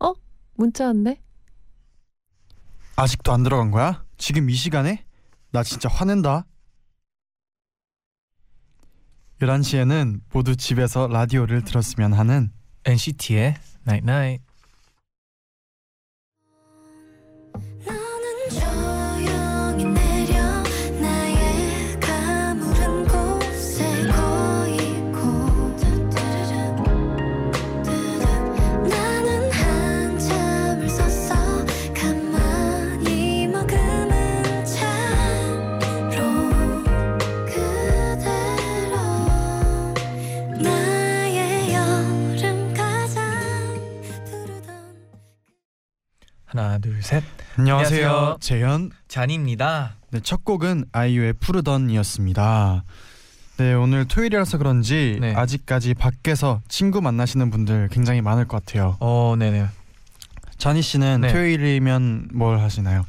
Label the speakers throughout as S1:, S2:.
S1: 어? 문자 왔네?
S2: 아직도 안 들어간 거야? 지금 이 시간에? 나 진짜 화낸다. 11시에는 모두 집에서 라디오를 들었으면 하는
S3: NCT의 Night Night.
S4: 너는 조용히 내려 나의 가물은 곳에 고이고 나는 한참을 섰어 가만히 머금은 채로 그대로 나의 여름 가장 부르던
S3: 하나, 둘, 셋.
S2: 안녕하세요.
S3: 안녕하세요.
S2: 재현.
S3: 잔입니다.
S2: 네, 첫 곡은 아이유의 푸르던이었습니다. 네, 오늘 토요일이라서 그런지
S3: 네.
S2: 아직까지 밖에서 친구 만나시는 분들 굉장히 많을 것 같아요.
S3: 어, 네네.
S2: 자니 씨는
S3: 네.
S2: 토요일이면 뭘 하시나요?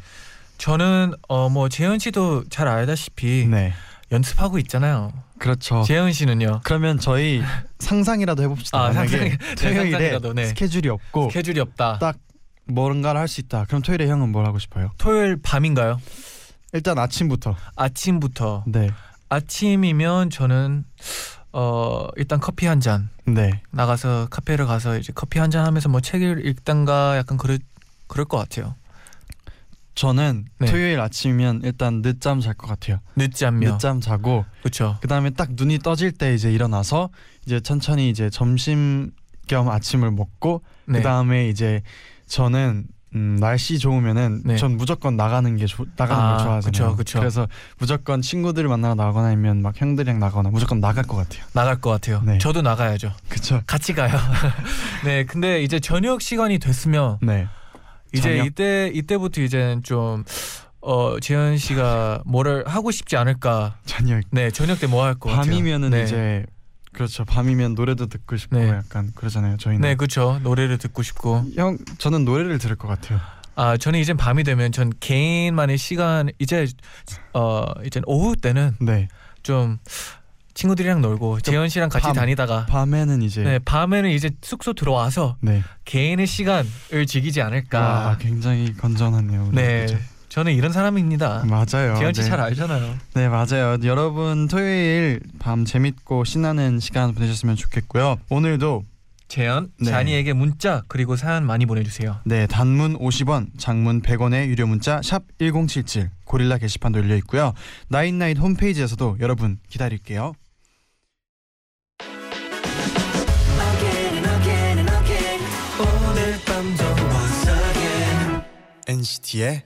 S3: 저는 어 뭐 재현 씨도 잘 알다시피
S2: 네.
S3: 연습하고 있잖아요.
S2: 그렇죠.
S3: 재현 씨는요.
S2: 그러면 저희 상상이라도 해봅시다.
S3: 아,
S2: 만약에
S3: 상상- 네,
S2: 토요일에
S3: 상상이라도, 네.
S2: 스케줄이 없고
S3: 스케줄이 없다.
S2: 딱- 뭔가를 할 수 있다. 그럼 토요일에 형은 뭘 하고 싶어요?
S3: 토요일 밤인가요?
S2: 일단 아침부터.
S3: 아침부터.
S2: 네.
S3: 아침이면 저는 어 일단 커피 한 잔.
S2: 네.
S3: 나가서 카페를 가서 이제 커피 한 잔 하면서 뭐 책을 읽던가 약간 그럴 그럴 것 같아요.
S2: 저는
S3: 네.
S2: 토요일 아침이면 일단 늦잠 잘 것 같아요.
S3: 늦잠이요.
S2: 늦잠 자고
S3: 그렇죠.
S2: 그다음에 딱 눈이 떠질 때 이제 일어나서 이제 천천히 이제 점심 겸 아침을 먹고
S3: 네.
S2: 그다음에 이제 저는 음, 날씨 좋으면은
S3: 네.
S2: 전 무조건 나가는 게 조, 나가는
S3: 아,
S2: 걸
S3: 그쵸,
S2: 좋아하잖아요.
S3: 그쵸.
S2: 래서 무조건 친구들 만나러 나가거나 아니면 막 형들이랑 나가거나 무조건 나갈 것 같아요.
S3: 나갈 것 같아요.
S2: 네.
S3: 저도 나가야죠.
S2: 그쵸?
S3: 같이 가요. 네, 근데 이제 저녁 시간이 됐으면
S2: 네.
S3: 이제
S2: 저녁?
S3: 이때 이때부터 이제는 좀 어, 재현 씨가 뭐를 하고 싶지 않을까.
S2: 저녁
S3: 네, 저녁 때 뭐 할 것 같아요.
S2: 밤이면은
S3: 네.
S2: 이제 그렇죠. 밤이면 노래도 듣고 싶고
S3: 네.
S2: 약간 그러잖아요. 저희는
S3: 네, 그렇죠. 노래를 듣고 싶고.
S2: 형 저는 노래를 들을 것 같아요.
S3: 아, 저는 이제 밤이 되면 전 개인만의 시간 이제 어, 이제 오후 때는
S2: 네.
S3: 좀 친구들이랑 놀고 재현 씨랑 같이
S2: 밤.
S3: 다니다가
S2: 밤에는 이제
S3: 네,
S2: 네.
S3: 밤에는 이제 숙소 들어와서 개인의 시간을 즐기지 않을까.
S2: 아, 굉장히 건전하네요. 우리
S3: 그러니까 네,
S2: 그죠?
S3: 저는 이런 사람입니다.
S2: 맞아요.
S3: 재현 씨
S2: 네.
S3: 잘 알잖아요.
S2: 네, 맞아요. 여러분 토요일 밤 재밌고 신나는 시간 보내셨으면 좋겠고요. 오늘도
S3: 재현,
S2: 네.
S3: 자니에게 문자 그리고 사연 많이 보내주세요.
S2: 네, 단문 50원, 장문 100원의 유료 문자 샵 1077 고릴라 게시판도 열려 있고요. 나인나인 홈페이지에서도 여러분 기다릴게요.
S5: Again and again and again 오늘 밤도 once again
S2: NCT의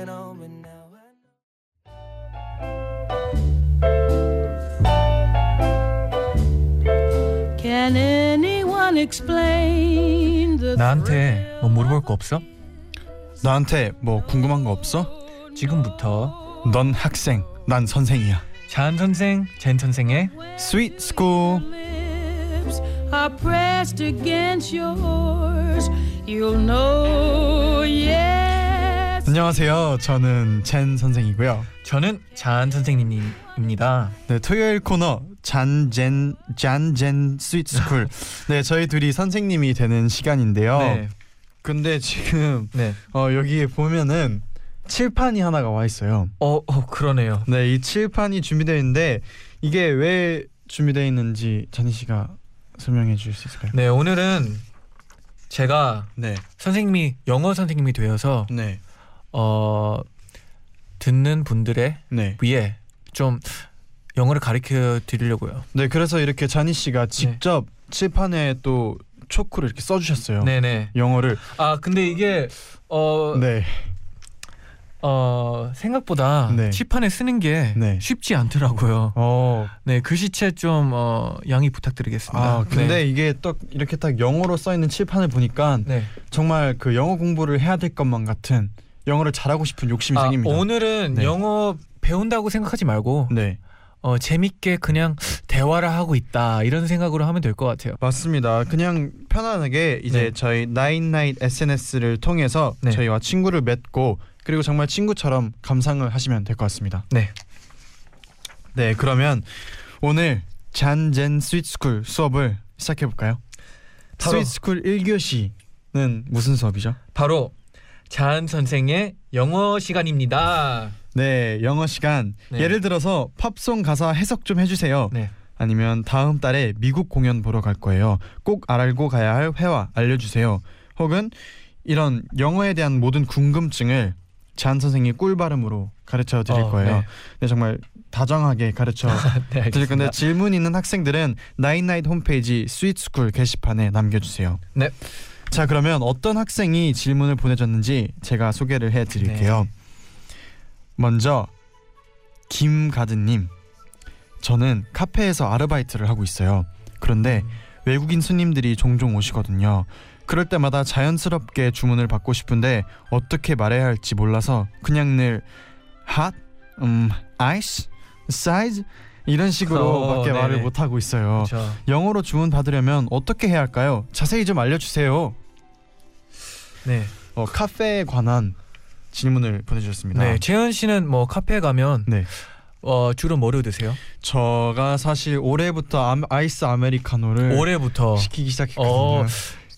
S6: on, but now I know.
S7: Can anyone explain the
S3: 나한테 뭐 물어볼 거 없어?
S2: 나한테 뭐 궁금한 거 없어?
S3: 지금부터
S2: 넌 학생, 난 선생이야.
S3: 잔 선생, 젠 선생의
S2: 스윗 스쿨.
S7: lips are pressed against yours? You'll know, yes.
S2: 안녕하세요. 저는 젠 선생이고요.
S3: 저는 잔 선생님입니다.
S2: 네, 토요일 코너 잔젠 잔젠 스윗 스쿨. 네, 저희 둘이 선생님이 되는 시간인데요.
S3: 네,
S2: 근데 지금
S3: 네.
S2: 어, 여기에 보면은 칠판이 하나가 와 있어요.
S3: 어, 어 그러네요.
S2: 네, 이 칠판이 준비되어 있는데 이게 왜 준비되어 있는지 자니 씨가 설명해 주실 수 있을까요?
S3: 네, 오늘은 제가
S2: 네.
S3: 선생님이 영어 선생님이 되어서
S2: 네.
S3: 어, 듣는 분들의
S2: 네.
S3: 위에 좀 영어를 가르쳐 드리려고요.
S2: 네, 그래서 이렇게
S3: 네.
S2: 자니 씨가 직접 칠판에 또 초크를 이렇게 써주셨어요.
S3: 네네.
S2: 영어를.
S3: 아 근데 이게 어,
S2: 네.
S3: 어 생각보다
S2: 네.
S3: 칠판에 쓰는 게
S2: 네.
S3: 쉽지 않더라고요.
S2: 어.
S3: 네 글씨체 좀 어, 양해 부탁드리겠습니다.
S2: 아, 근데
S3: 네.
S2: 이게 딱 이렇게 딱 영어로 써 있는 칠판을 보니까
S3: 네.
S2: 정말 그 영어 공부를 해야 될 것만 같은 영어를 잘하고 싶은 욕심이
S3: 아,
S2: 생깁니다.
S3: 오늘은
S2: 네.
S3: 영어 배운다고 생각하지 말고
S2: 네.
S3: 어, 재밌게 그냥 대화를 하고 있다 이런 생각으로 하면 될 것 같아요.
S2: 맞습니다. 그냥 편안하게 이제
S3: 네.
S2: 저희 나인나잇 SNS를 통해서
S3: 네.
S2: 저희와 친구를 맺고 그리고 정말 친구처럼 감상을 하시면 될 것 같습니다.
S3: 네.
S2: 네, 그러면 오늘 잔젠 스윗스쿨 수업을 시작해 볼까요?
S3: 바로.
S2: 스윗스쿨 1교시는 무슨 수업이죠?
S3: 바로 잔 선생의 영어 시간입니다.
S2: 네, 영어 시간.
S3: 네.
S2: 예를 들어서 팝송 가사 해석 좀 해주세요.
S3: 네.
S2: 아니면 다음 달에 미국 공연 보러 갈 거예요. 꼭 알고 가야 할 회화 알려주세요. 혹은 이런 영어에 대한 모든 궁금증을 잔 선생이 꿀 발음으로 가르쳐 드릴
S3: 어,
S2: 거예요.
S3: 네.
S2: 네, 정말 다정하게 가르쳐
S3: 네,
S2: 드릴 건데
S3: 알겠습니다.
S2: 질문 있는 학생들은 나인나잇 홈페이지 스윗스쿨 게시판에 남겨주세요.
S3: 네.
S2: 자 그러면 어떤 학생이 질문을 보내줬는지 제가 소개를 해드릴게요.
S3: 네.
S2: 먼저 김가든님, 저는 카페에서 아르바이트를 하고 있어요. 그런데
S3: 음.
S2: 외국인 손님들이 종종 오시거든요. 그럴 때마다 자연스럽게 주문을 받고 싶은데 어떻게 말해야 할지 몰라서 그냥 늘 hot, 음, ice, size 이런 식으로밖에
S3: 어,
S2: 말을
S3: 네네.
S2: 못 하고 있어요.
S3: 그렇죠.
S2: 영어로 주문 받으려면 어떻게 해야 할까요? 자세히 좀 알려주세요.
S3: 네.
S2: 어, 카페에 관한 질문을 보내주셨습니다.
S3: 네. 재현 씨는 뭐 카페에 가면
S2: 네.
S3: 어, 주로 뭐를 드세요?
S2: 저가 사실 올해부터 아, 아이스 아메리카노를
S3: 올해부터
S2: 네. 시키기 시작했거든요.
S3: 어,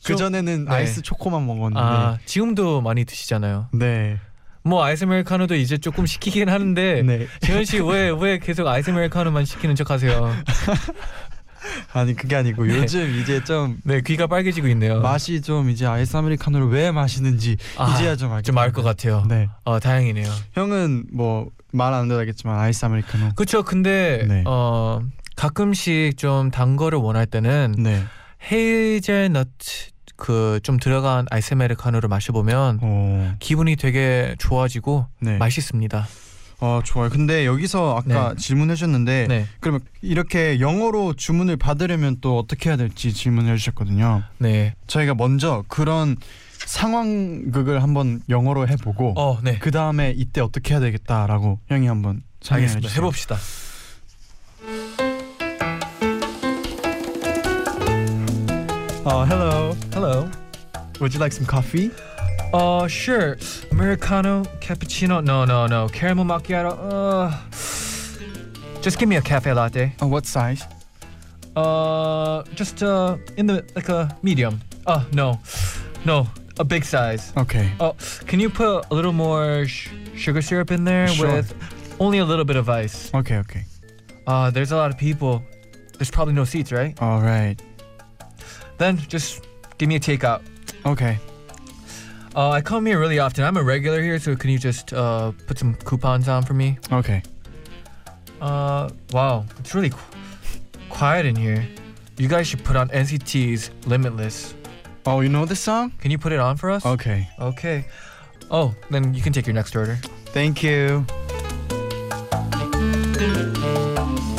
S2: 그 전에는
S3: 네.
S2: 아이스 초코만 먹었는데.
S3: 아 지금도 많이 드시잖아요.
S2: 네.
S3: 뭐 아이스 아메리카노도 이제 조금 시키긴 하는데
S2: 네.
S3: 재현 씨 왜 왜 계속 아이스 아메리카노만 시키는 척하세요?
S2: 아니 그게 아니고
S3: 네.
S2: 요즘 이제 좀
S3: 네 귀가 빨개지고 있네요.
S2: 맛이 좀 이제 아이스 아메리카노를 왜 마시는지
S3: 아,
S2: 이제야 좀 알게
S3: 좀 알 것
S2: 됩니다.
S3: 같아요.
S2: 네.
S3: 어 다행이네요.
S2: 형은 뭐 말 안 되겠지만 아이스 아메리카노.
S3: 그렇죠. 근데
S2: 네.
S3: 어 가끔씩 좀 단 거를 원할 때는
S2: 네.
S3: 헤이즐넛 그 좀 들어간 아이스 아메리카노를 마셔보면
S2: 어.
S3: 기분이 되게 좋아지고
S2: 네.
S3: 맛있습니다.
S2: 어 좋아요. 근데 여기서 아까 질문해 주셨는데
S3: 네,
S2: 그러면 이렇게 영어로 주문을 받으려면 또 어떻게 해야 될지 질문해 주셨거든요.
S3: 네,
S2: 저희가 먼저 그런 상황극을 한번 영어로 해보고
S3: 어, 네,
S2: 그 다음에 이때 어떻게 해야 되겠다라고 형이 한번 상의해
S3: 알겠습니다.
S2: 주세요.
S3: 해봅시다.
S2: Uh, hello.
S3: Hello.
S2: Would you like some coffee?
S3: Uh, sure. Americano, cappuccino. No, no, no. Caramel macchiato. Uh, just give me a cafe latte.
S2: Uh, what size?
S3: Uh, just uh, in the like a medium. Uh, no, no, a big size.
S2: Okay.
S3: Oh, can you put a little more sh- sugar syrup in there
S2: Sure.
S3: with only a little bit of ice?
S2: Okay. Okay.
S3: Uh, there's a lot of people. There's probably no seats, right?
S2: All right.
S3: Then just give me a takeout.
S2: Okay.
S3: Uh, I come here really often. I'm a regular here, so can you just uh, put some coupons on for me?
S2: Okay.
S3: Uh, wow, it's really qu- quiet in here. You guys should put on NCT's Limitless.
S2: Oh, you know this song?
S3: Can you put it on for us?
S2: Okay.
S3: Okay. Oh, then you can take your next order.
S2: Thank you.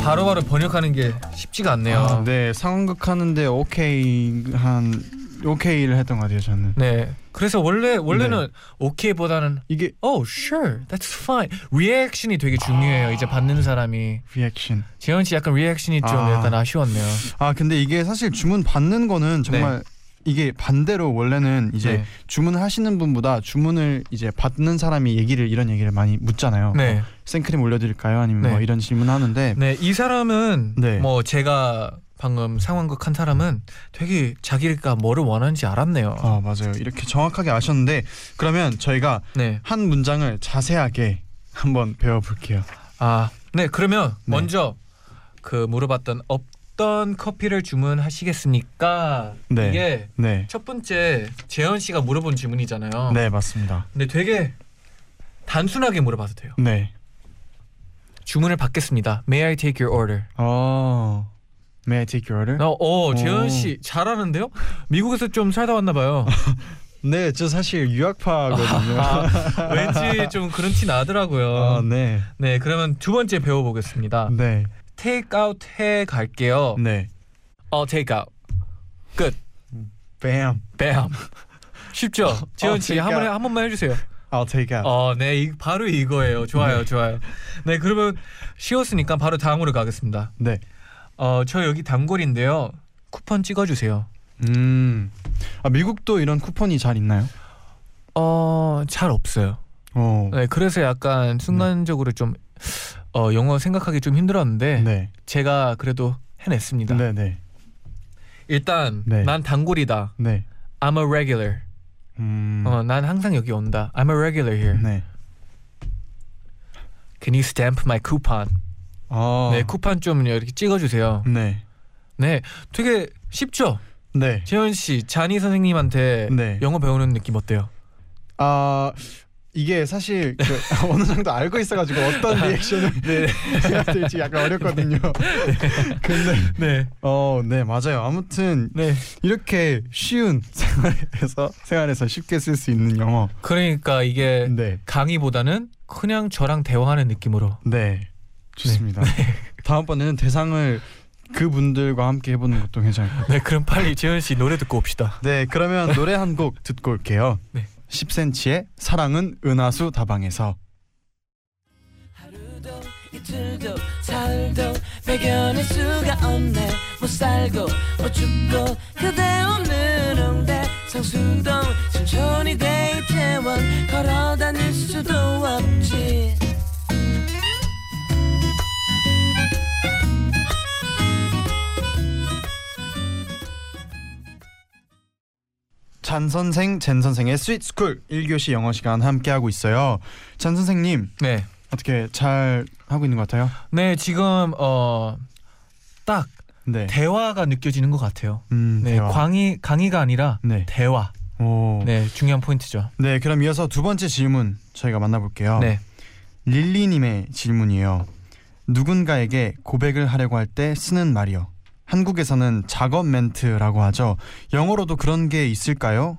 S3: 바로바로 번역하는 게 쉽지가 않네요. 어.
S2: 아, 네, 상황극 하는데 오케이 한 오케이를 했던 것 같아요, 저는.
S3: 네. 그래서 원래
S2: 네.
S3: 원래는 오케이보다는
S2: 이게
S3: oh sure that's fine 리액션이 되게 중요해요. 이제 받는 사람이
S2: 리액션.
S3: 재현 씨 약간 리액션이 좀
S2: 아.
S3: 약간 아쉬웠네요.
S2: 아, 근데 이게 사실 주문 받는 거는 정말 이게 반대로 원래는 이제
S3: 네.
S2: 주문하시는 분보다 주문을 이제 받는 사람이 얘기를 이런 얘기를 많이 묻잖아요.
S3: 네.
S2: 뭐, 생크림 올려드릴까요? 아니면
S3: 네.
S2: 뭐 이런 질문하는데
S3: 네, 이 사람은
S2: 네.
S3: 뭐 제가 방금 상황극 한 사람은 되게 자기가 뭐를 원하는지 알았네요.
S2: 아 맞아요. 이렇게 정확하게 아셨는데 그러면 저희가
S3: 네.
S2: 한 문장을 자세하게 한번 배워볼게요.
S3: 아, 네. 그러면
S2: 네.
S3: 먼저 그 물어봤던 어떤 커피를 주문하시겠습니까?
S2: 네.
S3: 이게
S2: 네,
S3: 첫 번째 재현 씨가 물어본 질문이잖아요.
S2: 네 맞습니다.
S3: 근데 되게 단순하게 물어봐도 돼요.
S2: 네.
S3: 주문을 받겠습니다. May I take your order?
S2: 어. May I take your order?
S3: 어, 어
S2: 오.
S3: 재현 씨 잘하는데요? 미국에서 좀 살다 왔나 봐요.
S2: 네, 저 사실 유학파거든요.
S3: 아, 왠지 좀 그런 티 나더라고요.
S2: 아, 네.
S3: 네, 그러면 두 번째 배워보겠습니다.
S2: 네.
S3: Take out 해 갈게요.
S2: 네.
S3: 어, take out.
S2: Bam.
S3: 뱀. 쉽죠? 재현 씨, 한
S2: 그러니까-
S3: 번에 한 번만 해주세요.
S2: I'll take out.
S3: 어, 네, 이- 바로 이거예요. 좋아요, 좋아요. 네, 그러면 쉬웠으니까 바로 다음으로 가겠습니다.
S2: 네.
S3: 어, 저 여기 단골인데요. 쿠폰 찍어주세요.
S2: 음. 아, 미국도 이런 쿠폰이 잘 있나요?
S3: 어, 잘 없어요.
S2: 어.
S3: 네, 그래서 약간 순간적으로 좀 어, 영어 생각하기 좀 힘들었는데
S2: 네.
S3: 제가 그래도 해냈습니다.
S2: 네, 네.
S3: 일단
S2: 네.
S3: 난 단골이다.
S2: 네.
S3: I'm a regular.
S2: 음.
S3: 어, 난 항상 여기 온다. I'm a regular here.
S2: 네.
S3: Can you stamp my coupon?
S2: 어.
S3: 네, 쿠폰 좀 이렇게 찍어주세요.
S2: 네.
S3: 네, 되게 쉽죠?
S2: 네.
S3: 재현 씨, 자니 선생님한테
S2: 네.
S3: 영어 배우는 느낌 어때요?
S2: 아 이게 사실 그 어느 정도 알고 있어가지고 어떤 리액션을 해야 될지 약간 어렵거든요. 근데
S3: 네,
S2: 어 네 맞아요. 아무튼
S3: 네.
S2: 이렇게 쉬운 생활에서 생활에서 쉽게 쓸 수 있는 영어.
S3: 그러니까 이게
S2: 네,
S3: 강의보다는 그냥 저랑 대화하는 느낌으로.
S2: 네 좋습니다. 다음번에는 대상을 그분들과 함께 해보는 것도 괜찮을 것 같아요.
S3: 네, 그럼 빨리 재현 씨 노래 듣고 옵시다.
S2: 네 그러면 노래 한 곡 듣고 올게요.
S3: 네.
S2: 10cm의 사랑은 은하수 다방에서.
S6: 하루도 이틀도 사흘도 배견할 수가 없네 못 살고 못 죽고 그대 없는 홍대 상수동 천천히 데이트원 걸어 다닐 수도 없지
S2: 잔 선생, 젠 선생의 스윗 스쿨 1교시 영어 시간 함께 하고 있어요. 잔 선생님
S3: 네,
S2: 어떻게 잘 하고 있는 것 같아요?
S3: 네 지금 어. 딱
S2: 네.
S3: 대화가 느껴지는 것 같아요.
S2: 음,
S3: 네,
S2: 대화.
S3: 광희 강의가 아니라
S2: 네.
S3: 대화.
S2: 오. 네.
S3: 네, 중요한 포인트죠.
S2: 그럼 이어서 두 번째 질문 저희가 만나볼게요.
S3: 네,
S2: 릴리 님의 질문이에요. 누군가에게 고백을 하려고 할 때 쓰는 말이요. 한국에서는 작업 멘트라고 하죠. 영어로도 그런 게 있을까요?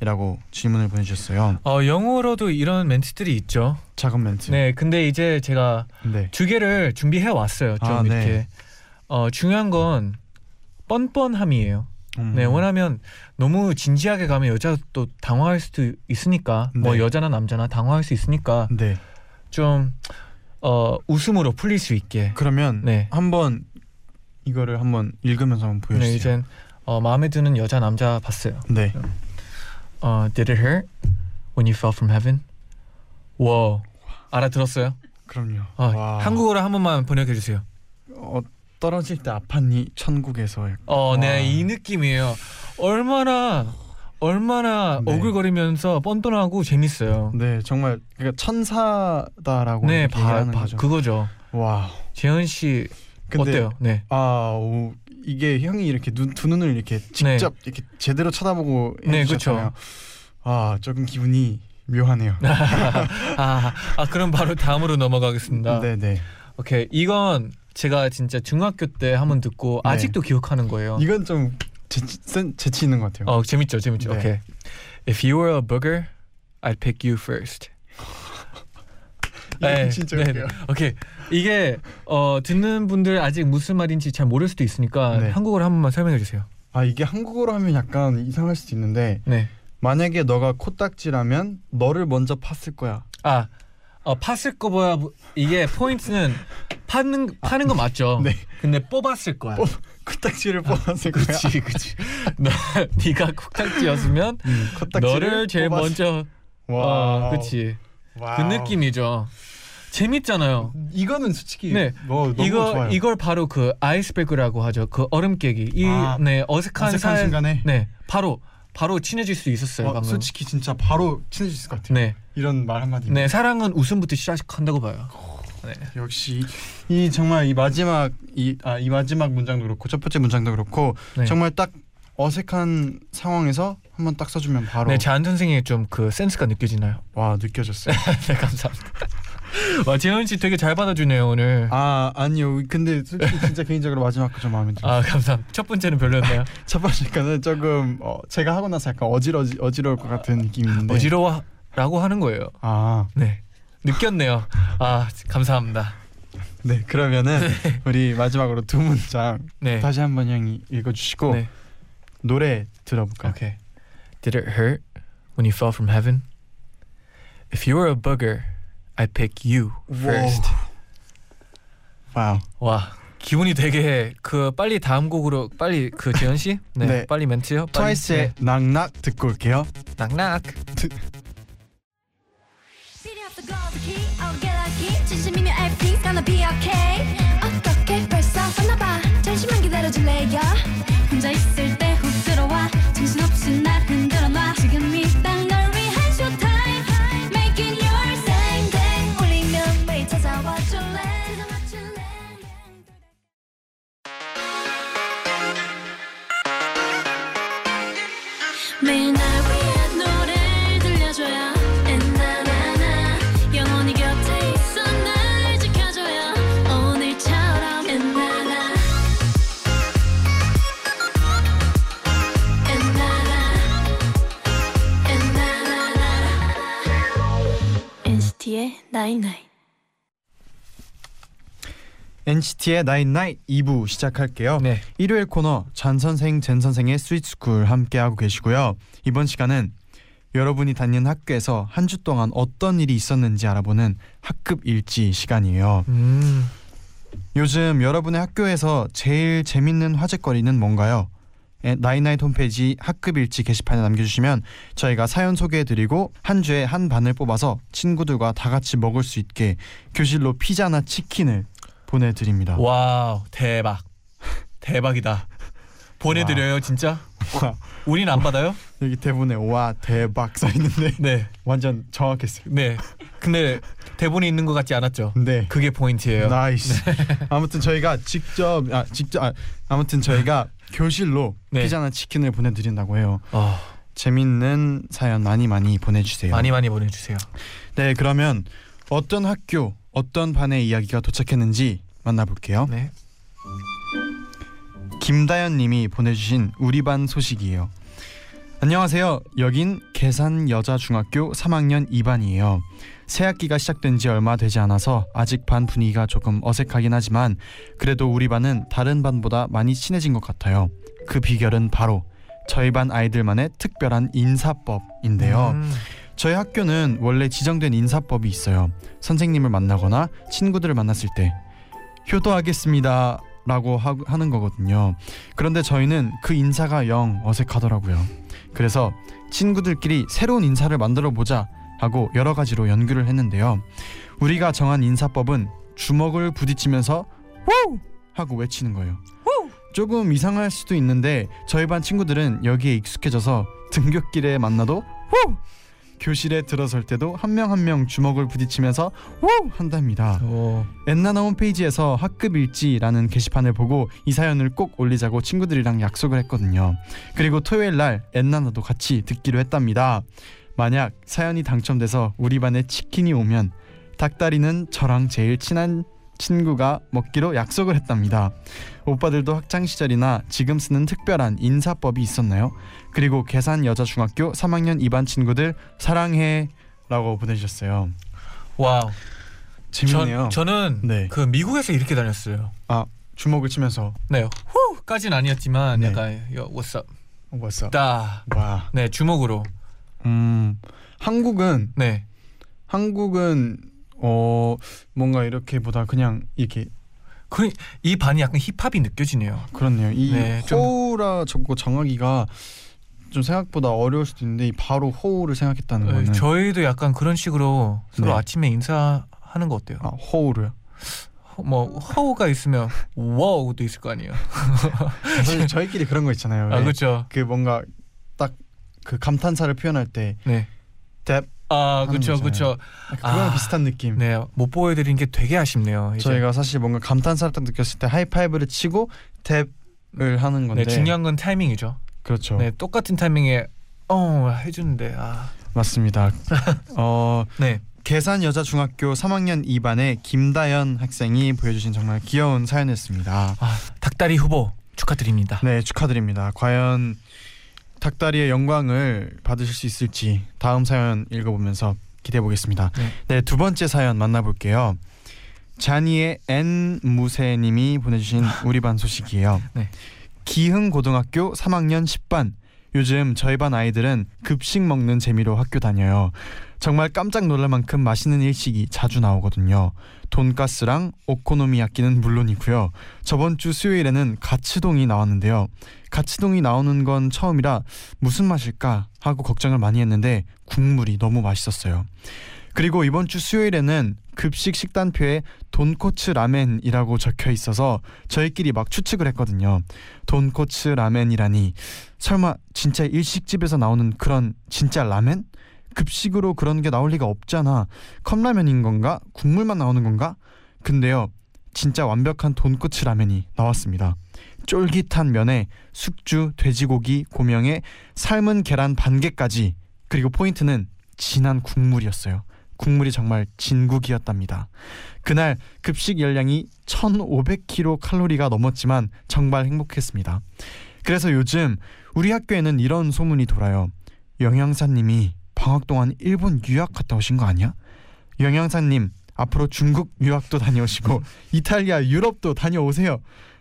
S2: 이라고 질문을 보내주셨어요.
S3: 어, 영어로도 이런 멘트들이 있죠.
S2: 작업 멘트.
S3: 네, 근데 이제 제가
S2: 네.
S3: 두 개를 준비해 왔어요. 좀
S2: 아, 네.
S3: 이렇게 어, 중요한 건 뻔뻔함이에요.
S2: 음.
S3: 네, 왜냐하면 너무 진지하게 가면 여자도 또 당황할 수도 있으니까 뭐
S2: 네.
S3: 여자나 남자나 당황할 수 있으니까
S2: 네.
S3: 좀 어, 웃음으로 풀릴 수 있게.
S2: 그러면
S3: 네,
S2: 한번 이거를 한번 읽으면서 한번
S3: 네
S2: 보여주세요.
S3: 이젠 어, 마음에 드는 여자 남자 봤어요.
S2: 네.
S3: 어, did it hurt when you fell from heaven? 와, 알아들었어요?
S2: 그럼요.
S3: 어,
S2: 와.
S3: 한국어로 한 번만 번역해 주세요.
S2: 어, 떨어질 때 아팠니 천국에서 약간.
S3: 어,
S2: 와.
S3: 네, 이 느낌이에요. 얼마나 얼마나
S2: 네.
S3: 오글거리면서 뻔뻔하고 재밌어요.
S2: 네 정말 그러니까 천사다라고
S3: 네,
S2: 이렇게
S3: 바,
S2: 얘기하는
S3: 바-
S2: 거죠.
S3: 그거죠.
S2: 와.
S3: 재현 씨
S2: 근데
S3: 어때요? 네.
S2: 아 오, 이게 형이 이렇게 눈, 두 눈을 이렇게 직접 이렇게 제대로 쳐다보고
S3: 네,
S2: 해주셨잖아요. 아 조금 기분이 묘하네요.
S3: 아, 아 그럼 바로 다음으로 넘어가겠습니다.
S2: 네네.
S3: 오케이, 이건 제가 진짜 중학교 때 한 번 듣고
S2: 네.
S3: 아직도 기억하는 거예요.
S2: 이건 좀 재치, 센- 재치 있는 것 같아요.
S3: 어, 재밌죠, 재밌죠.
S2: 네.
S3: 오케이. If you were a booger, I'd pick you first. 네,
S2: 이건 진짜 웃겨요.
S3: 오케이. 이게 어, 듣는 분들 아직 무슨 말인지 잘 모를 수도 있으니까
S2: 네.
S3: 한국어로 한 번만 설명해 주세요.
S2: 아 이게 한국어로 하면 약간 이상할 수도 있는데
S3: 네.
S2: 만약에 너가 코딱지라면 너를 먼저 팠을 거야.
S3: 아, 어, 팠을 거 뭐야? 뭐- 이게 포인트는 파는 파는 거 맞죠?
S2: 네.
S3: 근데 뽑았을 거야.
S2: 코딱지를 뽑았을 거야.
S3: 그치 그치. 너 네가 콕딱지였으면
S2: 음, 코딱지를
S3: 너를 제일
S2: 뽑았을-
S3: 먼저 어,
S2: 와우.
S3: 그치. 그
S2: 와우.
S3: 느낌이죠. 재밌잖아요.
S2: 이거는 솔직히
S3: 네.
S2: 뭐 너무
S3: 이거
S2: 좋아요.
S3: 이걸 바로 그 아이스백이라고 하죠. 그 얼음 깨기. 이
S2: 아,
S3: 네, 어색한,
S2: 어색한
S3: 사연-
S2: 순간에?
S3: 네. 바로 바로 친해질 수 있었어요,
S2: 어,
S3: 네, 방금.
S2: 솔직히 진짜 바로 친해질 수 있을 것 같아요.
S3: 네.
S2: 이런 말 한마디.
S3: 네, 사랑은 웃음부터 시작한다고 봐요.
S2: 역시 이 정말 이 마지막 이 아 이 마지막 문장도 그렇고 첫 번째 문장도 그렇고
S3: 네.
S2: 정말 딱 어색한 상황에서 한번 딱 써주면 바로
S3: 네, 잔 선생의 좀 그 센스가 느껴지나요?
S2: 와 느껴졌어요.
S3: 네, 감사합니다. 와, 재현 씨 되게 잘 받아주네요 오늘. 아,
S2: 아 아니요 근데 솔직히 진짜 개인적으로 마지막 거좀 마음에 들어요.
S3: 아, 감사합니다. 첫 번째는 별로였나요?
S2: 첫 번째 거는 조금 어, 제가 하고 나서 약간 어지러지 어지러울 것 같은 느낌이 있는데
S3: 뭐 어지러워라고 하는 거예요.
S2: 아,
S3: 네, 느꼈네요. 아, 감사합니다.
S2: 네 그러면은 우리 마지막으로 두 문장
S3: 네,
S2: 다시 한번 형이 읽어주시고
S3: 네,
S2: 노래 들어볼까요?
S3: okay. Did it hurt when you fell from heaven? If you were a booger, I'd pick you first.
S2: 와우.
S3: 와. 기분이 되게 그 빨리 다음 곡으로 빨리 그 재현 씨? 네,
S2: 네.
S3: 빨리 멘트요. 빨리.
S2: 트와이스의 낙낙 듣고 올게요.
S3: 네, 낙낙.
S4: 필요 없어 gold key, oh, get lucky. 진심이면 everything's gonna be okay. 어떻게 벌써 왔나봐. 잠시만 기다려줄래요? 혼자 있을 때 훅 들어와. 정신없이 날 흔들어놔. 지금이 딱널 위한 showtime. Making your same day. 울리면 매일 찾아와 줄래? 찾아와 줄래? 매일 날 위한 노래를 들려줘요 엔나나나 영원히 곁에 있어 날 지켜줘요 오늘처럼 엔나나 엔나나 엔나나나 NCT의 나잇나잇
S2: NCT의 나인 나이 2부 시작할게요.
S3: 네.
S2: 일요일 코너 잔 선생, 젠 선생의 스윗 스쿨 함께 하고 계시고요. 이번 시간은 여러분이 다니는 학교에서 한 주 동안 어떤 일이 있었는지 알아보는 학급 일지 시간이에요.
S3: 음.
S2: 요즘 여러분의 학교에서 제일 재밌는 화제거리는 뭔가요? 나인나이 홈페이지 학급 일지 게시판에 남겨주시면 저희가 사연 소개해드리고 한 주에 한 반을 뽑아서 친구들과 다 같이 먹을 수 있게 교실로 피자나 치킨을 보내드립니다.
S3: 와우 대박 대박이다 보내드려요 진짜
S2: 와,
S3: 우린 안 받아요
S2: 여기 대본에 와 대박 써 있는데
S3: 네네 네.
S2: 완전 정확했어요.
S3: 근데 대본에 있는 것 같지 않았죠
S2: 네.
S3: 그게 포인트예요
S2: 나이스.
S3: 네.
S2: 아무튼 저희가 직접 아 직접 아, 아무튼 저희가 교실로
S3: 네.
S2: 피자나 치킨을 보내드린다고 해요.
S3: 어,
S2: 재밌는 사연 많이 많이 보내주세요.
S3: 많이 많이 보내주세요
S2: 네 그러면 어떤 학교 어떤 반의 이야기가 도착했는지 만나볼게요.
S3: 네
S2: 김다연님이 보내주신 우리 반 소식이에요. 안녕하세요. 여긴 계산 여자 중학교 3학년 2반이에요. 새 학기가 시작된 지 얼마 되지 않아서 아직 반 분위기가 조금 어색하긴 하지만 그래도 우리 반은 다른 반보다 많이 친해진 것 같아요. 그 비결은 바로 저희 반 아이들만의 특별한 인사법인데요.
S3: 음,
S2: 저희 학교는 원래 지정된 인사법이 있어요. 선생님을 만나거나 친구들을 만났을 때 효도하겠습니다. 라고 하, 하는 거거든요. 그런데 저희는 그 인사가 영 어색하더라고요. 그래서 친구들끼리 새로운 인사를 만들어 보자 하고 여러 가지로 연구를 했는데요. 우리가 정한 인사법은 주먹을 부딪히면서 우! 하고 외치는 거예요. 조금 이상할 수도 있는데 저희 반 친구들은 여기에 익숙해져서 등굣길에 만나도 우! 교실에 들어설 때도 한 명 한 명 주먹을 부딪히면서 우 한답니다.
S3: 오,
S2: 엔나나 홈페이지에서 학급 일지라는 게시판을 보고 이 사연을 꼭 올리자고 친구들이랑 약속을 했거든요. 그리고 토요일 날 엔나나도 같이 듣기로 했답니다. 만약 사연이 당첨돼서 우리 반에 치킨이 오면 닭다리는 저랑 제일 친한 친구가 먹기로 약속을 했답니다. 오빠들도 학창 시절이나 지금 쓰는 특별한 인사법이 있었나요? 그리고 계산 여자 중학교 3학년 2반 친구들 사랑해라고 보내주셨어요.
S3: 와우
S2: 재밌네요.
S3: 저, 저는
S2: 네.
S3: 그 미국에서 이렇게 다녔어요
S2: 주먹을 치면서
S3: 네 후까진 아니었지만
S2: 네.
S3: 약간 요 what's up
S2: 왔어.
S3: 따.
S2: 와.
S3: 네 주먹으로
S2: 음. 한국은
S3: 네
S2: 한국은 어 뭔가 이렇게보다 그냥 이렇게
S3: 그, 이 반이 약간 힙합이 느껴지네요
S2: 그렇네요. 이
S3: 네, 좀-
S2: 호우라 적고 정하기가 좀 생각보다 어려울 수도 있는데 이 바로 호우를 생각했다는
S3: 어,
S2: 거는
S3: 저희도 약간 그런 식으로 서로
S2: 음, 네.
S3: 아침에 인사하는 거 어때요?
S2: 아, 호우를
S3: 허- 뭐 허우가 있으면 워우도 있을 거 아니에요.
S2: 사실 저희끼리 그런 거 있잖아요.
S3: 아
S2: 왜
S3: 그렇죠.
S2: 그 뭔가 딱 그 감탄사를 표현할 때
S3: 네.
S2: 뎁
S3: 아
S2: 하는
S3: 그렇죠
S2: 거잖아요.
S3: 그렇죠.
S2: 그거랑
S3: 아,
S2: 비슷한 느낌.
S3: 네. 못 보여드린 게 되게 아쉽네요. 이제.
S2: 음. 저희가 사실 뭔가 감탄사를 딱 느꼈을 때 하이파이브를 치고 뎁을 하는 건데
S3: 네 중요한 건 타이밍이죠.
S2: 그렇죠.
S3: 네, 똑같은 타이밍에 어 해주는데 아,
S2: 맞습니다. 어,
S3: 네,
S2: 계산 여자 중학교 3학년 2반의 김다연 학생이 보여주신 정말 귀여운 사연이었습니다.
S3: 아, 닭다리 후보 축하드립니다.
S2: 네 축하드립니다. 과연 닭다리의 영광을 받으실 수 있을지 다음 사연 읽어보면서 기대해 보겠습니다.
S3: 네.
S2: 네 두 번째 사연 만나볼게요. 자니의 N 무세님이 보내주신 우리 반 소식이에요.
S3: 네.
S2: 기흥 고등학교 3학년 10반 요즘 저희 반 아이들은 급식 먹는 재미로 학교 다녀요. 정말 깜짝 놀랄 만큼 맛있는 일식이 자주 나오거든요. 돈가스랑 오코노미야끼는 물론이고요. 저번 주 수요일에는 가츠동이 나왔는데요. 가츠동이 나오는 건 처음이라 무슨 맛일까 하고 걱정을 많이 했는데 국물이 너무 맛있었어요. 그리고 이번 주 수요일에는 급식 식단표에 돈코츠 라멘이라고 적혀 있어서 저희끼리 막 추측을 했거든요. 돈코츠 라멘이라니 설마 진짜 일식집에서 나오는 그런 진짜 라멘? 급식으로 그런 게 나올 리가 없잖아. 컵라면인 건가? 국물만 나오는 건가? 근데요. 진짜 완벽한 돈코츠 라면이 나왔습니다. 쫄깃한 면에 숙주, 돼지고기, 고명에 삶은 계란 반 개까지 그리고 포인트는 진한 국물이었어요. 국물이 정말 진국이었답니다. 그날 급식 열량이 1,500kcal 칼로리가 넘었지만 정말 행복했습니다. 그래서 요즘 우리 학교에는 이런 소문이 돌아요. 영양사님이 방학 동안 일본 유학 갔다 오신 거 아니야? 영양사님 앞으로 중국 유학도 다녀오시고 이탈리아 유럽도 다녀오세요.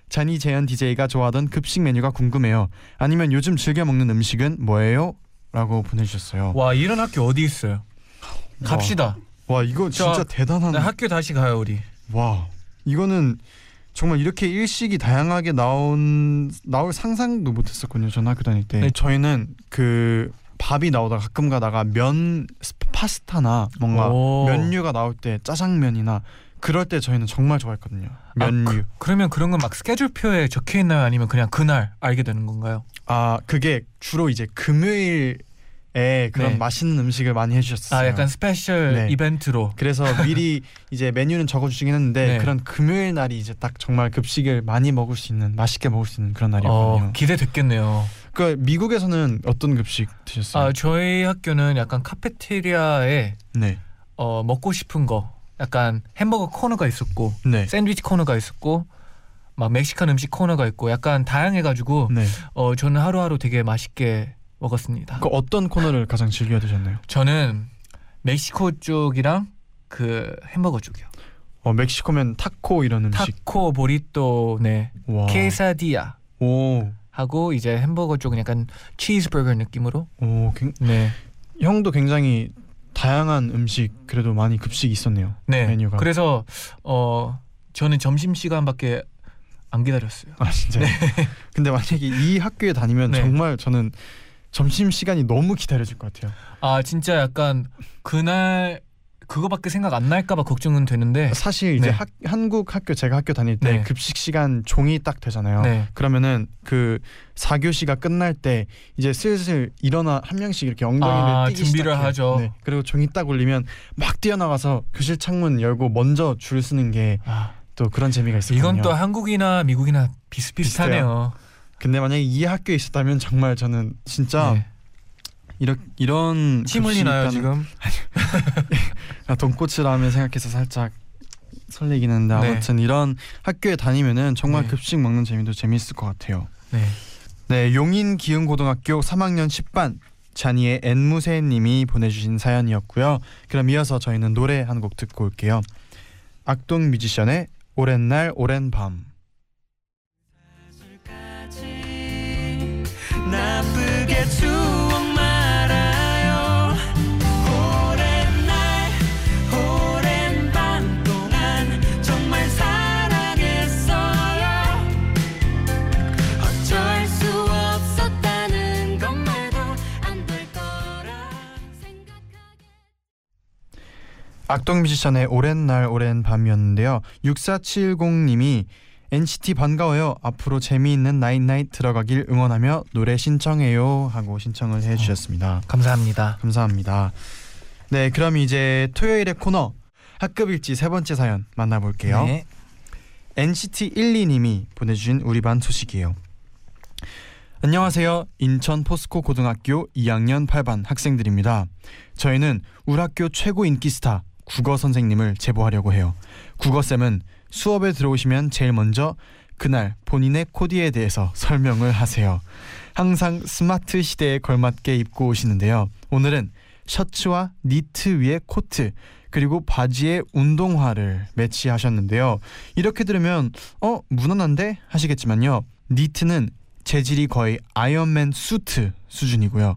S2: 잔이 재현 DJ가 좋아하던 급식 메뉴가 궁금해요. 아니면 요즘 즐겨 먹는 음식은 뭐예요? 라고 보내주셨어요.
S3: 와 이런 학교 어디 있어요? 갑시다.
S2: 와 이거
S3: 저-
S2: 진짜 대단한
S3: 네, 학교 다시 가요 우리.
S2: 와 이거는 정말 이렇게 일식이 다양하게 나온 나올 상상도 못했었거든요 전 학교 다닐 때
S3: 네.
S2: 저희는 그 밥이 나오다가 가끔 가다가 면 스파- 파스타나 뭔가
S3: 오.
S2: 면류가 나올 때 짜장면이나 그럴 때 저희는 정말 좋아했거든요
S3: 아,
S2: 면류
S3: 그, 그러면 그런 건 막 스케줄표에 적혀 있나요? 아니면 그냥 그날 알게 되는 건가요?
S2: 아 그게 주로 이제 금요일에 그런
S3: 네.
S2: 맛있는 음식을 많이 해주셨어요
S3: 아 약간 스페셜
S2: 네.
S3: 이벤트로.
S2: 그래서 미리 이제 메뉴는 적어주시긴 했는데
S3: 네.
S2: 그런 금요일 날이 이제 딱 정말 급식을 많이 먹을 수 있는 맛있게 먹을 수 있는 그런 날이었거든요.
S3: 어 기대됐겠네요.
S2: 그 미국에서는 어떤 급식 드셨어요?
S3: 아 저희 학교는 약간 카페테리아에
S2: 네,
S3: 어, 먹고 싶은 거 약간 햄버거 코너가 있었고
S2: 네,
S3: 샌드위치 코너가 있었고 막 멕시칸 음식 코너가 있고 약간 다양해가지고
S2: 네.
S3: 어, 저는 하루하루 되게 맛있게 먹었습니다.
S2: 그 어떤 코너를 가장 즐겨 드셨나요?
S3: 저는 멕시코 쪽이랑 그 햄버거 쪽이요.
S2: 어 멕시코면 타코 이런 음식. 어.
S3: 타코 보리또 네
S2: 와.
S3: 케사디야
S2: 오,
S3: 하고 이제 햄버거 쪽은 약간 치즈버거 느낌으로
S2: 오, 굉-
S3: 네.
S2: 형도 굉장히 다양한 음식 그래도 많이 급식이 있었네요.
S3: 네.
S2: 메뉴가.
S3: 그래서 어 저는 점심 시간밖에 안 기다렸어요.
S2: 아 진짜. 요 근데 만약에 이 학교에 다니면
S3: 네.
S2: 정말 저는 점심 시간이 너무 기다려질 것 같아요.
S3: 아 진짜 약간 그날 그거밖에 생각 안 날까봐 걱정은 되는데
S2: 사실 이제
S3: 네.
S2: 학- 한국 학교 제가 학교 다닐 때
S3: 네.
S2: 급식 시간 종이 딱 되잖아요.
S3: 네.
S2: 그러면은 그 4교시가 끝날 때 이제 슬슬 일어나 한 명씩 이렇게 엉덩이를
S3: 아,
S2: 뛰기
S3: 준비를
S2: 시작해요.
S3: 하죠.
S2: 네. 그리고 종이 딱 올리면 막 뛰어나가서 교실 창문 열고 먼저 줄 쓰는 게 또
S3: 아,
S2: 그런 재미가 있었거든요.
S3: 이건 또 한국이나 미국이나 비슷비슷하네요.
S2: 근데 만약에 이 학교에 있었다면 정말 저는 진짜
S3: 네.
S2: 이렇게 이런
S3: 침
S2: 급식이
S3: 흘리나요
S2: 있다는-
S3: 지금?
S2: 아, 돈코츠라면 생각해서 살짝 설레긴 한데
S3: 네.
S2: 아무튼 이런 학교에 다니면은 정말
S3: 네.
S2: 급식 먹는 재미도 재밌을 것 같아요.
S3: 네.
S2: 네, 용인 기흥고등학교 3학년 10반 잔이의 엔무세님이 보내주신 사연이었고요. 그럼 이어서 저희는 노래 한 곡 듣고 올게요. 악동 뮤지션의 오랜 날 오랜 밤.
S5: 나쁘게 추억 말아요 오랜 날 오랜 밤 동안 정말 사랑했어요
S4: 어쩔 수 없었다는 것만도 안 될 거라 생각하게
S2: 악동 뮤지션의 오랜 날 오랜 밤이었는데요. 6470님이 NCT 반가워요. 앞으로 재미있는 나잇나잇 들어가길 응원하며 노래 신청해요 하고 신청을 해주셨습니다.
S3: 감사합니다.
S2: 감사합니다. 네, 그럼 이제 토요일의 코너 학급 일지 세 번째 사연 만나볼게요.
S3: 네.
S2: NCT 12님이 보내주신 우리 반 소식이에요. 안녕하세요. 인천 포스코 고등학교 2학년 8반 학생들입니다. 저희는 우리 학교 최고 인기 스타 국어 선생님을 제보하려고 해요. 국어쌤은 수업에 들어오시면 제일 먼저 그날 본인의 코디에 대해서 설명을 하세요. 항상 스마트 시대에 걸맞게 입고 오시는데요. 오늘은 셔츠와 니트 위에 코트 그리고 바지에 운동화를 매치하셨는데요. 이렇게 들으면 어 무난한데 하시겠지만요. 니트는 재질이 거의 아이언맨 수트 수준이고요.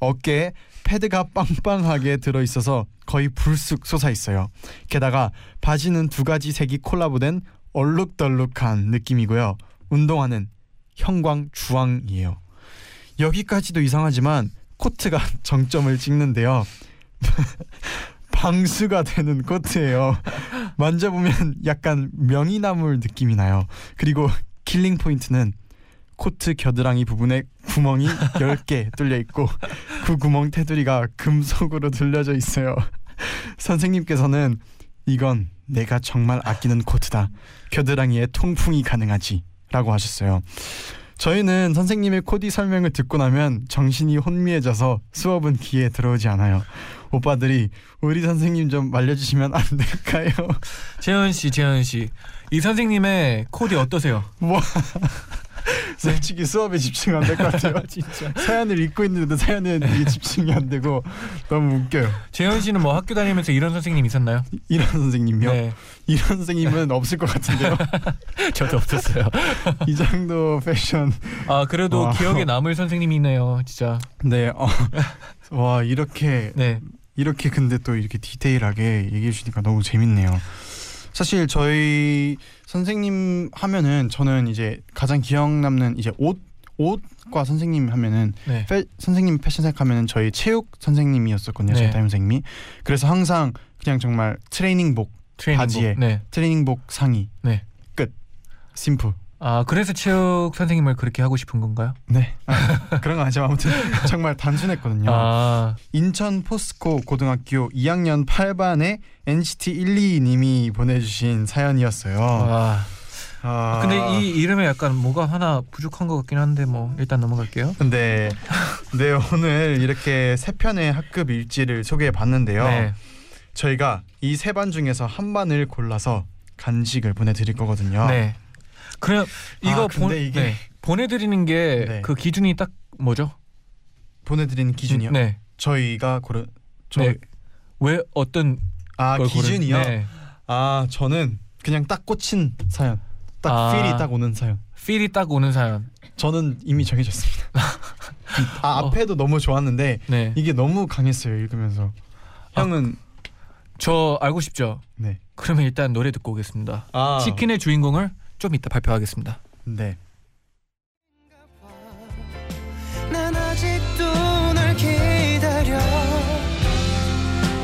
S2: 어깨에 패드가 빵빵하게 들어 있어서 거의 불쑥 솟아 있어요. 게다가 바지는 두 가지 색이 콜라보된 얼룩덜룩한 느낌이고요. 운동화는 형광 주황이에요. 여기까지도 이상하지만 코트가 정점을 찍는데요. 방수가 되는 코트예요. 만져보면 약간 명이나물 느낌이 나요. 그리고 킬링 포인트는 코트 겨드랑이 부분에 구멍이 10개 뚫려 있고 그 구멍 테두리가 금속으로 들려져 있어요. 선생님께서는 이건 내가 정말 아끼는 코트다. 겨드랑이에 통풍이 가능하지. 라고 하셨어요. 저희는 선생님의 코디 설명을 듣고 나면 정신이 혼미해져서 수업은 귀에 들어오지 않아요. 오빠들이 우리 선생님 좀 말려주시면 안 될까요?
S3: 재현 씨, 재현 씨, 이 선생님의 코디 어떠세요?
S2: 솔직히 수업에 집중 안 될 것 같아요. 진짜. 사연을 읽고 있는데도 사연에 이게 집중이 안 되고 너무 웃겨요.
S3: 재현 씨는 뭐 학교 다니면서 이런 선생님 있었나요?
S2: 이- 이런 선생님요?
S3: 네,
S2: 이런 선생님은 없을 것 같은데요.
S3: 저도 없었어요.
S2: 이 정도 패션.
S3: 아 그래도
S2: 와.
S3: 기억에 남을 선생님이네요, 진짜.
S2: 네. 어. 와 이렇게
S3: 네,
S2: 이렇게 근데 또 이렇게 디테일하게 얘기해 주니까 너무 재밌네요. 사실 저희 선생님 하면은 저는 이제 가장 기억 남는 이제 옷 옷과 선생님 하면은
S3: 네.
S2: 패, 선생님 패션 생각하면은 저희 체육 선생님이었었거든요. 저희
S3: 네.
S2: 담임 선생님이. 그래서 항상 그냥 정말 트레이닝복,
S3: 트레이닝복.
S2: 바지에.
S3: 네.
S2: 트레이닝복 상의.
S3: 네.
S2: 끝. 심플.
S3: 아 그래서 체육 선생님을 그렇게 하고 싶은 건가요?
S2: 네. 아, 그런 건 아니지만 아무튼 정말 단순했거든요.
S3: 아,
S2: 인천 포스코 고등학교 2학년 8반의 NCT 122님이 보내주신 사연이었어요.
S3: 아.
S2: 아,
S3: 근데 이 이름에 약간 뭐가 하나 부족한 것 같긴 한데 뭐 일단 넘어갈게요.
S2: 네, 네 오늘 이렇게 세 편의 학급 일지를 소개해 봤는데요.
S3: 네.
S2: 저희가 이 세 반 중에서 한 반을 골라서 간식을 보내드릴 거거든요.
S3: 네. 그럼 이거
S2: 아, 근데
S3: 보,
S2: 이게-
S3: 네. 보내드리는 게
S2: 네.
S3: 그 기준이 딱 뭐죠?
S2: 보내드리는 기준이요.
S3: 네.
S2: 저희가 고른 저...
S3: 네. 왜 어떤
S2: 아
S3: 걸 고른-
S2: 기준이요.
S3: 네.
S2: 아 저는 그냥 딱 꽂힌 사연, 딱
S3: 아.
S2: 필이 딱 오는 사연.
S3: 필이 딱 오는 사연.
S2: 저는 이미 정해졌습니다. 아 앞에도 너무 좋았는데
S3: 네.
S2: 이게 너무 강했어요 읽으면서.
S3: 아,
S2: 형은
S3: 저 알고 싶죠.
S2: 네.
S3: 그러면 일단 노래 듣고 오겠습니다.
S2: 아
S3: 치킨의 주인공을 좀 이따 발표하겠습니다.
S2: 네.
S6: 난 아직도 널 기다려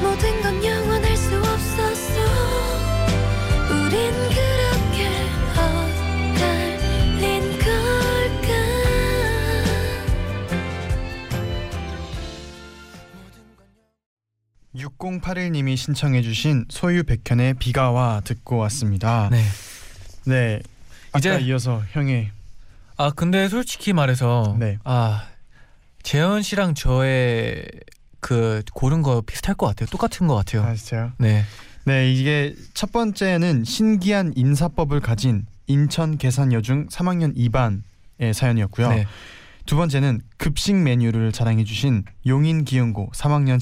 S4: 모든 건 영원할 수 없었어 우린 그렇게 엇갈린 걸까
S2: 6081님이 신청해주신 소유백현의 비가 와 듣고 왔습니다. 네.
S3: 네.
S2: 아까
S3: 이제-
S2: 이어서 형의
S3: 아 근데 솔직히 말해서
S2: 네.
S3: 아 재현 씨랑 저의 그 고른 거 비슷할 것 같아요. 똑같은 것 같아요.
S2: 아 진짜요?
S3: 네.
S2: 네 이게 첫 번째는 신기한 인사법을 가진 인천 계산여중 3학년 2반의 사연이었고요.
S3: 네.
S2: 두 번째는 급식 메뉴를 자랑해주신 용인 기흥고 3학년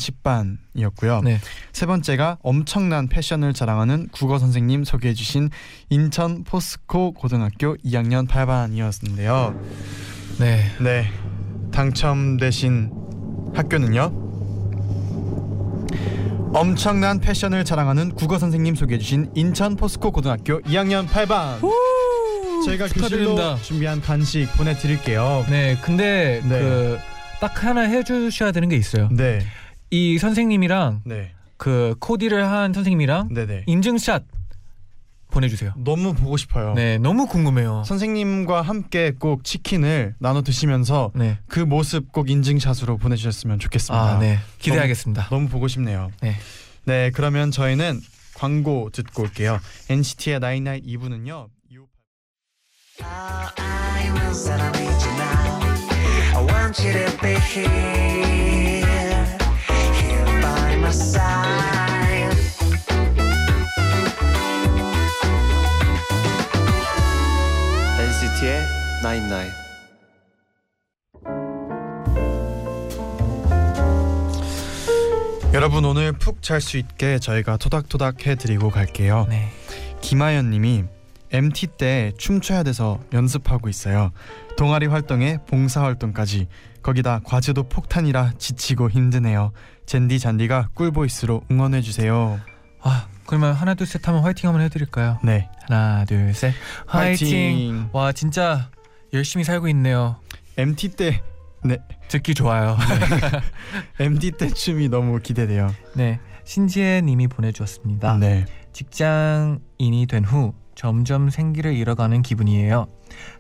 S2: 10반이었고요.
S3: 네.
S2: 세 번째가 엄청난 패션을 자랑하는 국어 선생님 소개해주신 인천 포스코 고등학교 2학년 8반이었는데요.
S3: 네.
S2: 네, 당첨되신 학교는요. 엄청난 패션을 자랑하는 국어 선생님 소개해주신 인천 포스코 고등학교 2학년 8반. 저희가 그
S3: 축하드립니다.
S2: 교실로 준비한 간식 보내드릴게요.
S3: 네. 근데
S2: 네.
S3: 그 딱 하나 해주셔야 되는 게 있어요.
S2: 네,
S3: 이 선생님이랑
S2: 네,
S3: 그 코디를 한 선생님이랑
S2: 네, 네.
S3: 인증샷 보내주세요.
S2: 너무 보고 싶어요.
S3: 네. 너무 궁금해요.
S2: 선생님과 함께 꼭 치킨을 나눠 드시면서
S3: 네.
S2: 그 모습 꼭 인증샷으로 보내주셨으면 좋겠습니다.
S3: 아 네. 기대하겠습니다.
S2: 너무 보고 싶네요.
S3: 네.
S2: 네, 그러면 저희는 광고 듣고 올게요. NCT의 나인나잇 2부는요.
S6: 사랑이지 나
S5: want you to be here, here by my side.
S8: NCT의 나인나인
S2: 여러분 오늘 푹 잘 수 있게 저희가 토닥토닥 해드리고 갈게요.
S3: 네.
S2: 김하연님이 MT 때 춤춰야 돼서 연습하고 있어요. 동아리 활동에 봉사 활동까지 거기다 과제도 폭탄이라 지치고 힘드네요. 젠디 잔디가 꿀보이스로 응원해 주세요.
S3: 아 그러면 하나 둘 셋 하면 화이팅 한번 해드릴까요?
S2: 네,
S3: 하나 둘 셋 화이팅.
S2: 화이팅.
S3: 와 진짜 열심히 살고 있네요.
S2: MT 때
S3: 듣기 좋아요.
S2: MT 때 춤이 너무 기대돼요.
S3: 네 신지혜님이 보내주었습니다.
S2: 네,
S3: 직장인이 된 후 점점 생기를 잃어가는 기분이에요.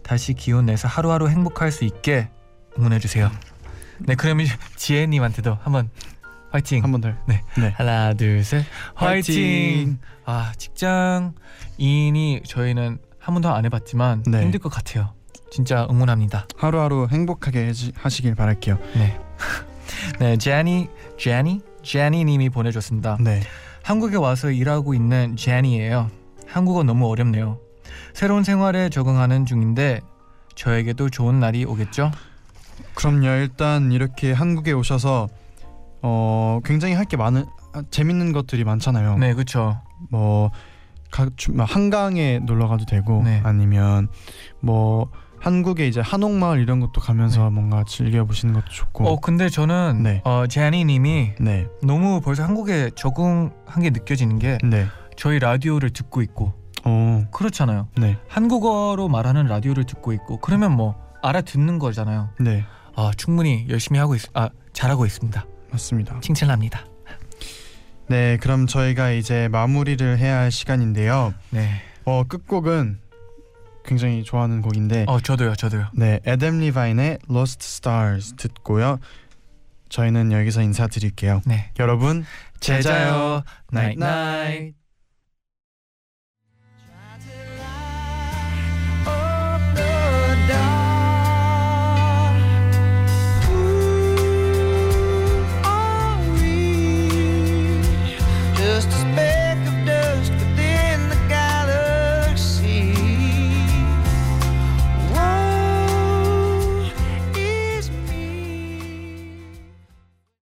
S3: 다시 기운 내서 하루하루 행복할 수 있게 응원해 주세요. 네, 그러면 지혜님한테도 한번 화이팅.
S2: 한 번 더.
S3: 네.
S2: 네.
S3: 하나, 둘, 셋, 화이팅. 아, 직장인이 저희는 한 번도 안 해봤지만
S2: 네.
S3: 힘들 것 같아요. 진짜 응원합니다.
S2: 하루하루 행복하게 해지- 하시길 바랄게요.
S3: 네, 네, 제니, 제니, 제니님이 보내줬습니다.
S2: 네,
S3: 한국에 와서 일하고 있는 제니예요. 한국어 너무 어렵네요. 새로운 생활에 적응하는 중인데 저에게도 좋은 날이 오겠죠?
S2: 그럼요. 일단 이렇게 한국에 오셔서 어 굉장히 할 게 많은 아, 재밌는 것들이 많잖아요.
S3: 네, 그렇죠.
S2: 뭐 각, 주- 뭐 한강에 놀러 가도 되고
S3: 네.
S2: 아니면 뭐 한국의 이제 한옥마을 이런 것도 가면서
S3: 네.
S2: 뭔가 즐겨 보시는 것도 좋고.
S3: 어, 근데 저는
S2: 네.
S3: 어, 제니님이
S2: 네,
S3: 너무 벌써 한국에 적응한 게 느껴지는 게
S2: 네,
S3: 저희 라디오를 듣고 있고
S2: 어,
S3: 그렇잖아요.
S2: 네,
S3: 한국어로 말하는 라디오를 듣고 있고 그러면 뭐 알아듣는 거잖아요.
S2: 네,
S3: 아, 충분히 열심히 하고 있, 아 잘하고 있습니다.
S2: 맞습니다.
S3: 칭찬합니다.
S2: 네, 그럼 저희가 이제 마무리를 해야 할 시간인데요.
S3: 네.
S2: 어 끝곡은 굉장히 좋아하는 곡인데
S3: 어, 저도요, 저도요.
S2: 네, 에덤 리바인의 Lost Stars 듣고요. 저희는 여기서 인사드릴게요.
S3: 네.
S2: 여러분, 제자요.
S3: 나잇 나잇.
S6: Just a speck